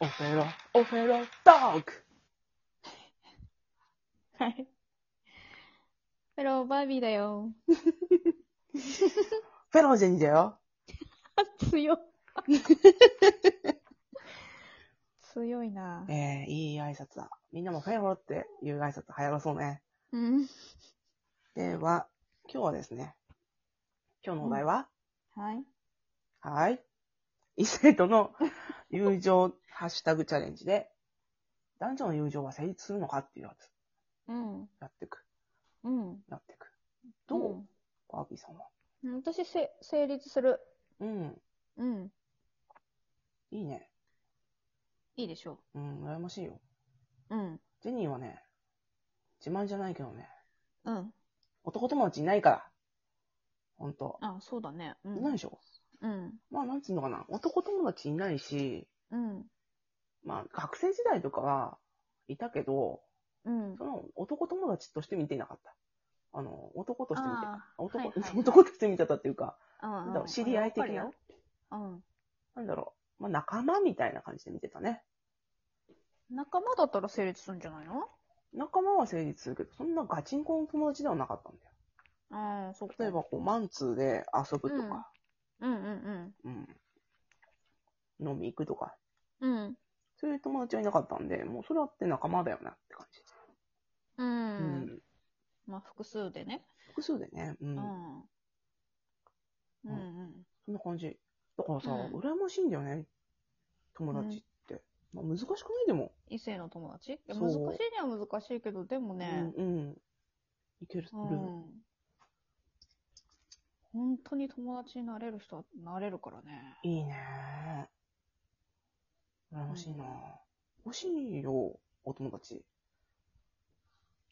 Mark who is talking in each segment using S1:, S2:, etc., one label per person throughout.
S1: オフェロ、オフェロ、ドッグ
S2: はい。フェローバービーだよ。
S1: フェロジェニーだよ。
S2: 強。強いな
S1: ええいい挨拶だ。みんなもフェロっていう挨拶流行らそうね。
S2: うん。
S1: では、今日はですね、今日のお題は、
S2: はい。
S1: はーい。異性との友情ハッシュタグチャレンジで、男女の友情は成立するのかっていうやつ、
S2: うん。
S1: やっていく、
S2: うん。
S1: やっていく。どう、バービーさんは。
S2: うん私せ、成立する。
S1: うん、
S2: うん。
S1: いいね。
S2: いいでしょ
S1: うん、羨ましいよ。
S2: う。うん。
S1: ジェニーはね、自慢じゃないけどね、
S2: うん。
S1: 男友達いないから。ほんと。
S2: あ、そうだね。う
S1: い
S2: ん。
S1: ないでしょ、
S2: うん。
S1: まあ、なんつうのかな。男友達いないし、
S2: うん。
S1: まあ、学生時代とかは、いたけど、
S2: うん。
S1: その男友達として見ていなかった。あの、男として見て
S2: あー
S1: 男、
S2: はいはいは い
S1: 男として見てたっていうか、
S2: うん
S1: なんだろう知り合い的な。
S2: うん。
S1: なんだろう、まあ、仲間みたいな感じで見てたね。
S2: 仲間だったら成立するんじゃないの
S1: 仲間は成立するけど、そんなガチンコの友達ではなかったんだよ。
S2: ああ、そっか。
S1: 例えば、こう、マンツーで遊ぶとか、
S2: うんうん
S1: うん、飲み行くとか、
S2: うん。
S1: そういう友達はいなかったんで、もうそれはって仲間だよなって感じ。
S2: うん。
S1: う
S2: うん。
S1: ん。
S2: まあ、複数でね。
S1: 複数でね、うん。
S2: うん。うんうん。
S1: そんな感じ。だからさ、
S2: うん
S1: 羨ましいんだよね。友達って。まあ、難しくないでも。
S2: 異性の友達いや
S1: そう
S2: 難しいには難しいけど、でもね、
S1: うん、うん。いける。
S2: うん。本当に友達になれる人はなれるからね。
S1: いいね羨ましいな、欲しいよ、お友達。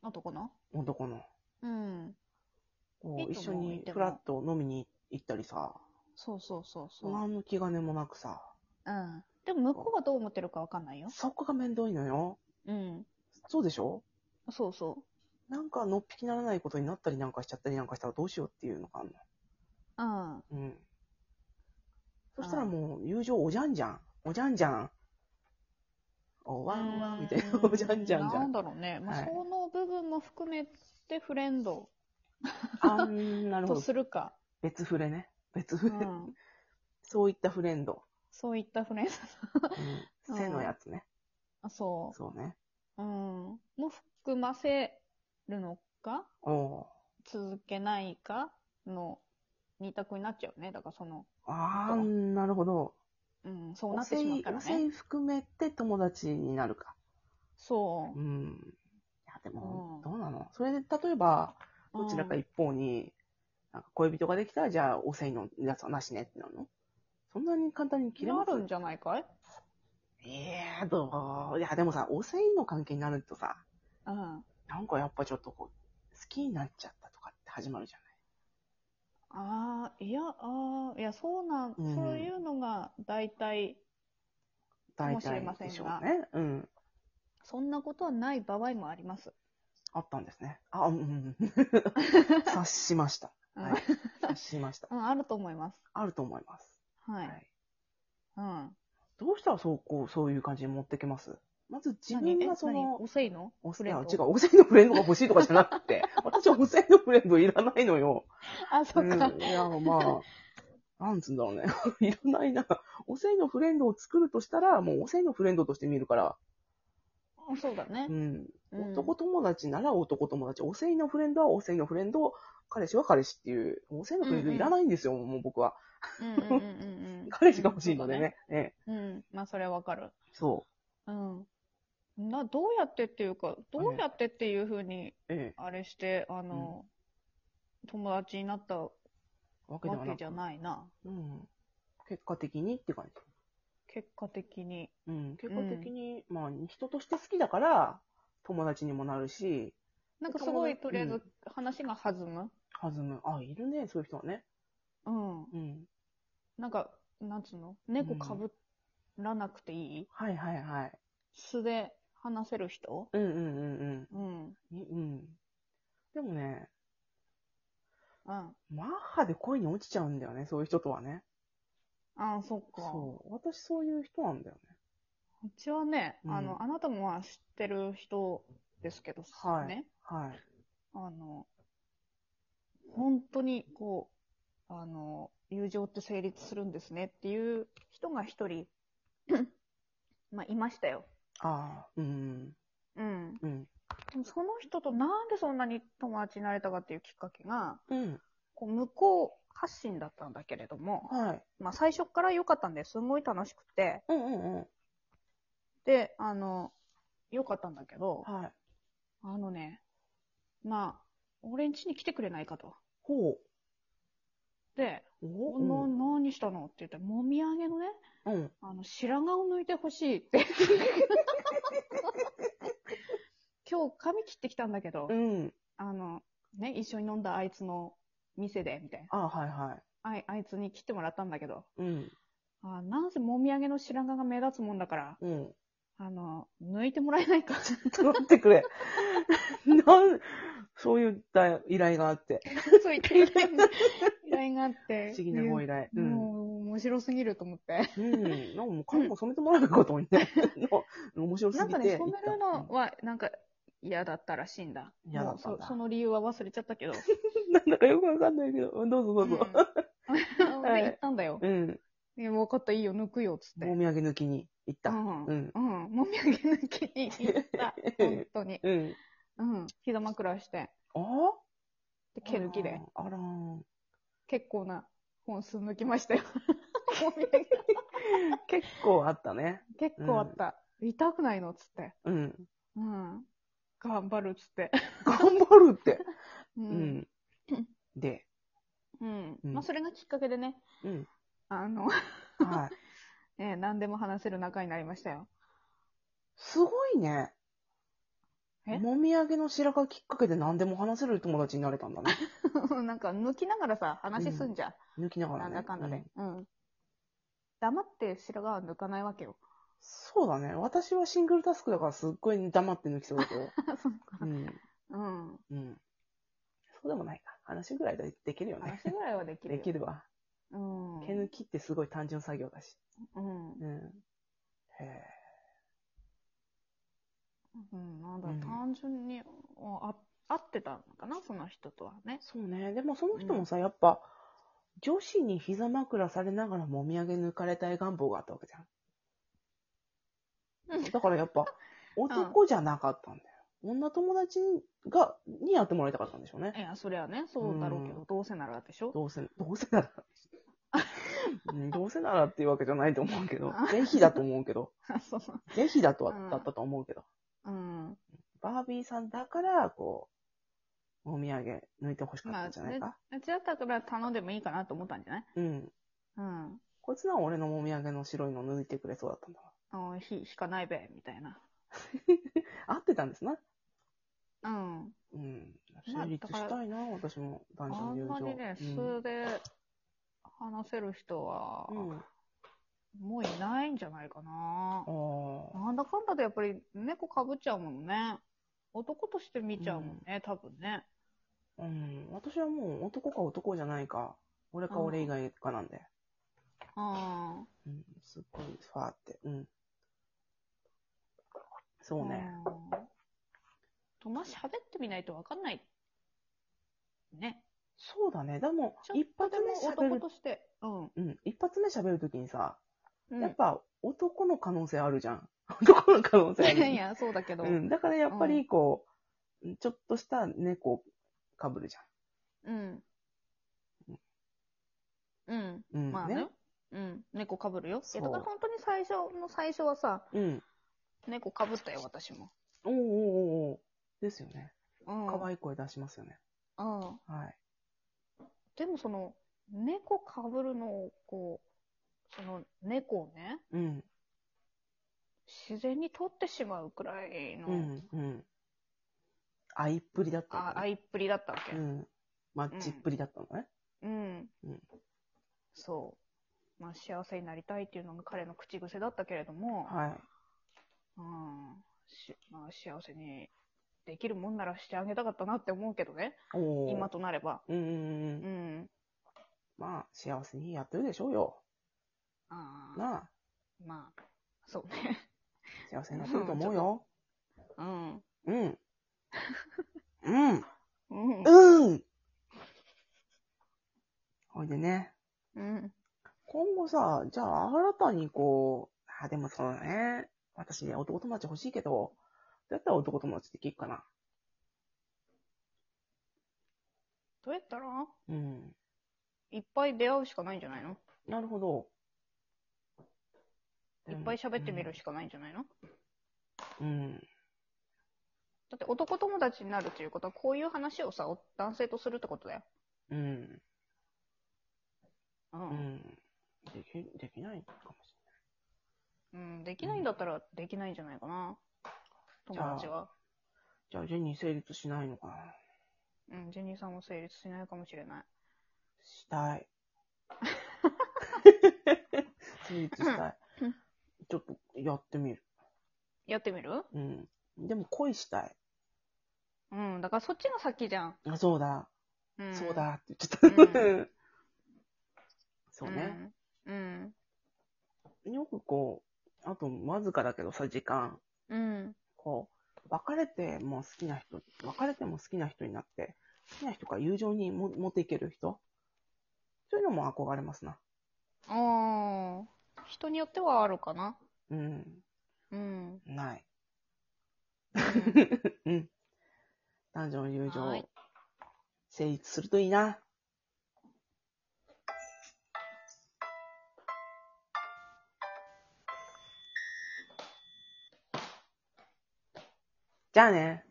S2: あとかな
S1: 男の。
S2: うん。
S1: こ
S2: いいうと
S1: 一緒
S2: 思う
S1: に
S2: でも
S1: フラッと飲みに行ったりさ、
S2: そうそうそうそう。
S1: 何の気兼ねもなくさ、
S2: うん。でも向こうがどう思ってるかわかんないよ。
S1: そこが面倒いのよ。
S2: うん。
S1: そうでしょ
S2: そうそう。
S1: なんかのっぴきならないことになったりなんかしちゃったりなんかしたらどうしようっていうのがある
S2: うん。
S1: の。うん。そしたらもう友情おじゃんじゃん。おじゃんじゃん。おわんわんみたいな
S2: う。
S1: おじゃんじゃんじゃ
S2: なん
S1: ん。
S2: だろうね。まあ、
S1: はい
S2: その部分も含めてフレンド
S1: あん、なるほ
S2: と
S1: ど。
S2: するか。
S1: 別フレね。別
S2: う
S1: フレ。
S2: ん。
S1: そういったフレンド。
S2: そういったフレンド。
S1: うん。背のやつね。
S2: あそ
S1: そうね。
S2: う。うん。も含ませるのか
S1: おお
S2: 続けないかの二択になっちゃうね。だからその、
S1: ー。あー、なるほど。
S2: うん、そうな
S1: お
S2: ってしまうからね。
S1: 性含めて友達になるか。
S2: そうう。
S1: ん。いや、でも、
S2: うん
S1: どうなのそれで、例えば、
S2: うん
S1: どちらか一方に、なんか恋人ができたら、じゃあ、おせいのやつはなしねってなるのそんなに簡単に切れ
S2: な
S1: ます
S2: るんじゃないかい
S1: ええどういや、でもさ、おせいの関係になるとさ、
S2: うん。
S1: なんかやっぱちょっとこう、好きになっちゃったとかって始まるじゃない
S2: ああ、いや、ああ、いや、そうなん、
S1: うん
S2: そういうのが、大体、
S1: 大
S2: もしれませ
S1: 体で
S2: んが
S1: しょうね。うん。
S2: そんなことはない場合もあります。
S1: あったんですね。あ、うん。 察しました。
S2: うん
S1: はい。察しました。
S2: うん、あると思います。
S1: あると思います。
S2: は
S1: はい
S2: い。うん。
S1: どうしたらそう、こう、そういう感じに持ってきますまず自
S2: 何
S1: 分
S2: え
S1: がそ
S2: 何
S1: の、
S2: 遅いの
S1: お
S2: フ
S1: 世
S2: レン
S1: 話、
S2: ド
S1: 違う、お世話のフレンドが欲しいとかじゃなく て、私はお世話のフレンドいらないのよ。
S2: あ、そっか。
S1: ん、いや、まあ、 なんつうんだろうね。いらないな。お世話のフレンドを作るとしたら、もうお世話のフレンドとして見るから、
S2: あそうだね
S1: う。ん。
S2: うん
S1: 男友達なら男友達、お世話のフレンドはお世話のフレンド、彼氏は彼氏っていう、お世話のフレンドいらないんですよ、もう僕は。
S2: うんうんうんうんうん。
S1: 彼氏が欲しいのでね。ね
S2: うん。そうだねうん。まあ、それはわかる。
S1: そ
S2: うん。な、どうやってっていうか、どうやってっていうふうに、
S1: う。ええ。
S2: あれして、あの、友達になったわ
S1: わけでは
S2: け
S1: な
S2: じ
S1: く。
S2: ゃないな。
S1: うん。結果的にって感じ。
S2: 結果的に。
S1: うん、結果的に、まあ、人として好きだから、友達にもなるし、
S2: なんかすごい、
S1: 友達
S2: とりあえ
S1: う
S2: ず
S1: ん
S2: 話が弾む。
S1: 弾む。あ、いるね、そういう人はね。
S2: うん。
S1: うん。
S2: なんか、なんつうの猫かぶらなくていい
S1: はいはいはい。
S2: 素で話せる人
S1: うんうんうん
S2: うん。
S1: うん。いうん。でもね、
S2: うん。
S1: マッハで恋に落ちちゃうんだよね、そういう人とはね。
S2: ああ、そっか。
S1: そう。私そういう人なんだよね。
S2: うちはね、
S1: うん
S2: あの、あなたもまあ知ってる人ですけど、
S1: はい
S2: ね、
S1: はい。
S2: あの、本当にこう、あの、友情って成立するんですねっていう人が一人、 まあ、いましたよ。
S1: ああ、うん、
S2: うん。
S1: うん、
S2: でもその人となんでそんなに友達になれたかっていうきっかけが、
S1: うん、
S2: こう向こう発信だったんだけれども、
S1: はい。
S2: まあ、最初から良かったんです。すごい楽しくて。
S1: うん、うん、うん。
S2: で、あの、良かったんだけど、
S1: はい。
S2: あのね、まあ、俺ん家に来てくれないかと。
S1: ほう。
S2: で、
S1: お
S2: な
S1: うん、
S2: 何したのって言ったら、もみあげのね、
S1: うん。
S2: あの、白髪を抜いてほしいって。今日髪切ってきたんだけど、
S1: うん。
S2: あの、ね、一緒に飲んだあいつの店で、みたいな。
S1: ああ、はい、は
S2: あいあいつに切ってもらったんだけど、
S1: い。うん、
S2: あなんせもみあげの白髪が目立つもんだから、
S1: うん。
S2: あの、抜いてもらえないか。
S1: ちょっと待ってくれ。なん、そういった依頼があって。
S2: そう言っていた依頼があって。
S1: 不思議なご依頼。うん。
S2: もう、面白すぎると思って。
S1: うん。なんかもう髪も染めてもらうかと思って。の 面白すぎ
S2: な
S1: て。
S2: んかね、染めるのは、なんか、嫌だったらしいんだ。
S1: 嫌だったんだ
S2: もうそ その理由は忘れちゃったけど。
S1: うんなんだかよくわかんないけど、うんどうぞどうぞ。
S2: うん、
S1: はい
S2: で、行ったんだよ。
S1: うん。
S2: いや分かった、いいよ、抜くよ、つって。
S1: もみあげ抜きに行った。
S2: うん。
S1: う
S2: うんん。もみあげ抜きに行 った。本当に。
S1: うん。
S2: うん。膝枕して。
S1: あ
S2: で、
S1: あ
S2: 毛抜きで。。
S1: あらー
S2: 結構な本数抜き ましたよ。もみあげ
S1: 結構あったね。
S2: 結構あった。痛くないのつって。
S1: うん。
S2: うん。頑張るっつって。
S1: 頑張るって。
S2: う
S1: う。ん。で、
S2: うん。
S1: うん
S2: まあ、それがきっかけでね、
S1: うん。
S2: あの、
S1: はい。
S2: ね、何でも話せる仲になりましたよ。
S1: すごいね。
S2: え
S1: もみあげの白髪きっかけで何でも話せる友達になれたんだ ね。
S2: なんか、抜きながらさ、話すんじゃん。
S1: 抜きながら
S2: な
S1: ね。
S2: んだかんだ
S1: う
S2: で。うん。黙って白髪は抜かないわけよ。
S1: そうだね。私はシングルタスクだからすっごい黙って抜きそうだけ ど。
S2: そうか
S1: うん。
S2: うん。
S1: うん。そうでもないか。話ぐらいでできるよね
S2: 話。ぐらいはできる
S1: で
S2: よ。
S1: きるわ。
S2: うん。
S1: 毛抜きってすごい単純作業だし。
S2: うん。
S1: うん。へえ。
S2: うん。なんだろ
S1: う
S2: う、
S1: ん
S2: 単純に、あ、合ってたのかなその人とはね。
S1: そうね。でもその人もさ、やっぱ、女子に膝枕されながらもみあげ抜かれたい願望があったわけじゃ
S2: うん
S1: ん。だからやっぱ、男じゃなかったんだよ。女友達が、にやってもらいたかったんでしょうね。
S2: いや、そりゃね、そうだろうけど、
S1: う
S2: どうせならでしょ
S1: どうせ、どうせな ら。うんどうせならっていうわけじゃないと思うけど
S2: あ、
S1: ぜひだと思うけど、
S2: あ そう。
S1: ぜひだとは、
S2: うん
S1: だったと思うけど、
S2: うん。
S1: バービーさんだから、こう、お土産抜いてほしかったんじゃないか。
S2: うちだったから頼んでもいいかなと思ったんじゃない
S1: うん。
S2: うん。
S1: こいつらは俺のお土産の白いの抜いてくれそうだったんだわ。
S2: あひ、引かないべ、みたいな。
S1: 合ってたんですな。
S2: うん。
S1: うん。
S2: まあ
S1: 成立したいな、私も、
S2: あ
S1: 男女の
S2: ん
S1: 友情。
S2: まりね、
S1: うん
S2: 素で話せる人は、
S1: うん。あ
S2: もういないんじゃないかな。
S1: あ。
S2: なんだかんだでやっぱり猫かぶっちゃうもんね。男として見ちゃうもんね、多分ね。
S1: うん。私はもう男か男じゃないか、俺か俺以外かなんで。
S2: うん。
S1: うん。すっごい、ファーって。うん。そうね。
S2: うん。とまあ、喋ってみないとわかんない。ね。
S1: そうだね。でも
S2: ち、ょ
S1: 一
S2: っと
S1: 発
S2: で
S1: 目
S2: も
S1: 喋
S2: 男
S1: る、
S2: として。うん。
S1: うん。一発目喋るときにさ、
S2: うん
S1: やっぱ男の可能性あるじゃん。 男の可能性ある。
S2: いや、そうだけど。う。
S1: うんん、だからやっぱりこう、ちょっとした猫かぶるじ
S2: うん。
S1: うん
S2: まあね。
S1: ね
S2: うん。猫かぶるよ。い
S1: そう
S2: や、だから本当に最初の最初はさ、
S1: ゃん。うん。
S2: 猫かぶったよ、私も。
S1: おうおうおうおうですよね。
S2: うん。
S1: 可
S2: い
S1: 愛い声出しますよね。
S2: うん。
S1: はい。
S2: でもその、猫かぶるのを、こう、その、猫をね、
S1: うん。
S2: 自然に取ってしまうくらいの、
S1: うん。うん。愛っぷりだったん
S2: あ、
S1: だね。
S2: 愛っぷりだったわけ。
S1: うん。マッチっぷりだったのね。
S2: うん。
S1: うん
S2: そう。まあ、幸せになりたいっていうのが彼の口癖だったけれども、
S1: はい。
S2: うんしまあ、幸せにできるもんならしてあげたかったなって思うけどね、
S1: おお。
S2: 今。となれば。
S1: うんうん
S2: う
S1: うん。
S2: ん。
S1: まあ、幸せにやってるでしょうよ。
S2: あー
S1: なあ。
S2: まあ、そうね。
S1: 幸せになってると思うよ。
S2: うん。
S1: うん。 うん。
S2: うん。
S1: うん。ほいでね、
S2: うん。
S1: 今後さ、じゃあ新たにこう、あ、でもそうだね。私ね、男友達欲しいけど、どうやったら男友達できるかな。
S2: どうやったら
S1: うん。
S2: いっぱい出会うしかないんじゃないの
S1: なるほど。
S2: いっぱい喋ってみるしかないんじゃないの
S1: うん。
S2: だって男友達になるということは、こういう話をさ、お男性とするってことだよ。
S1: うん。
S2: う。
S1: うんん。でき、できないかもし
S2: うん。できないんだったら、できないんじゃないかな。友達は。
S1: れない。じゃあ、ジェニー成立しないのかな。
S2: うん。ジェニーさんも成立しないかもしれない。
S1: したい。成立したい
S2: うん。
S1: ちょっとやってみる。
S2: やってみる
S1: うん。でも恋したい。
S2: うん。だからそっちが先じゃん。
S1: あ、そうだ。
S2: うん。
S1: そう。だって言っちゃった。
S2: う
S1: そうね。。
S2: うん。
S1: よくこう、あとわずかだけどさ、時間。
S2: うん。
S1: こう、別れても好きな人、別れても好きな人になって、好きな人から友情にも持っていける人そういうのも憧れますな。
S2: ああ。人によってはあるかな。
S1: うん。
S2: うん。
S1: ない。
S2: う
S1: う
S2: ん
S1: ん。男女の友
S2: は
S1: 情
S2: い、
S1: 成立するといいな。じゃあね。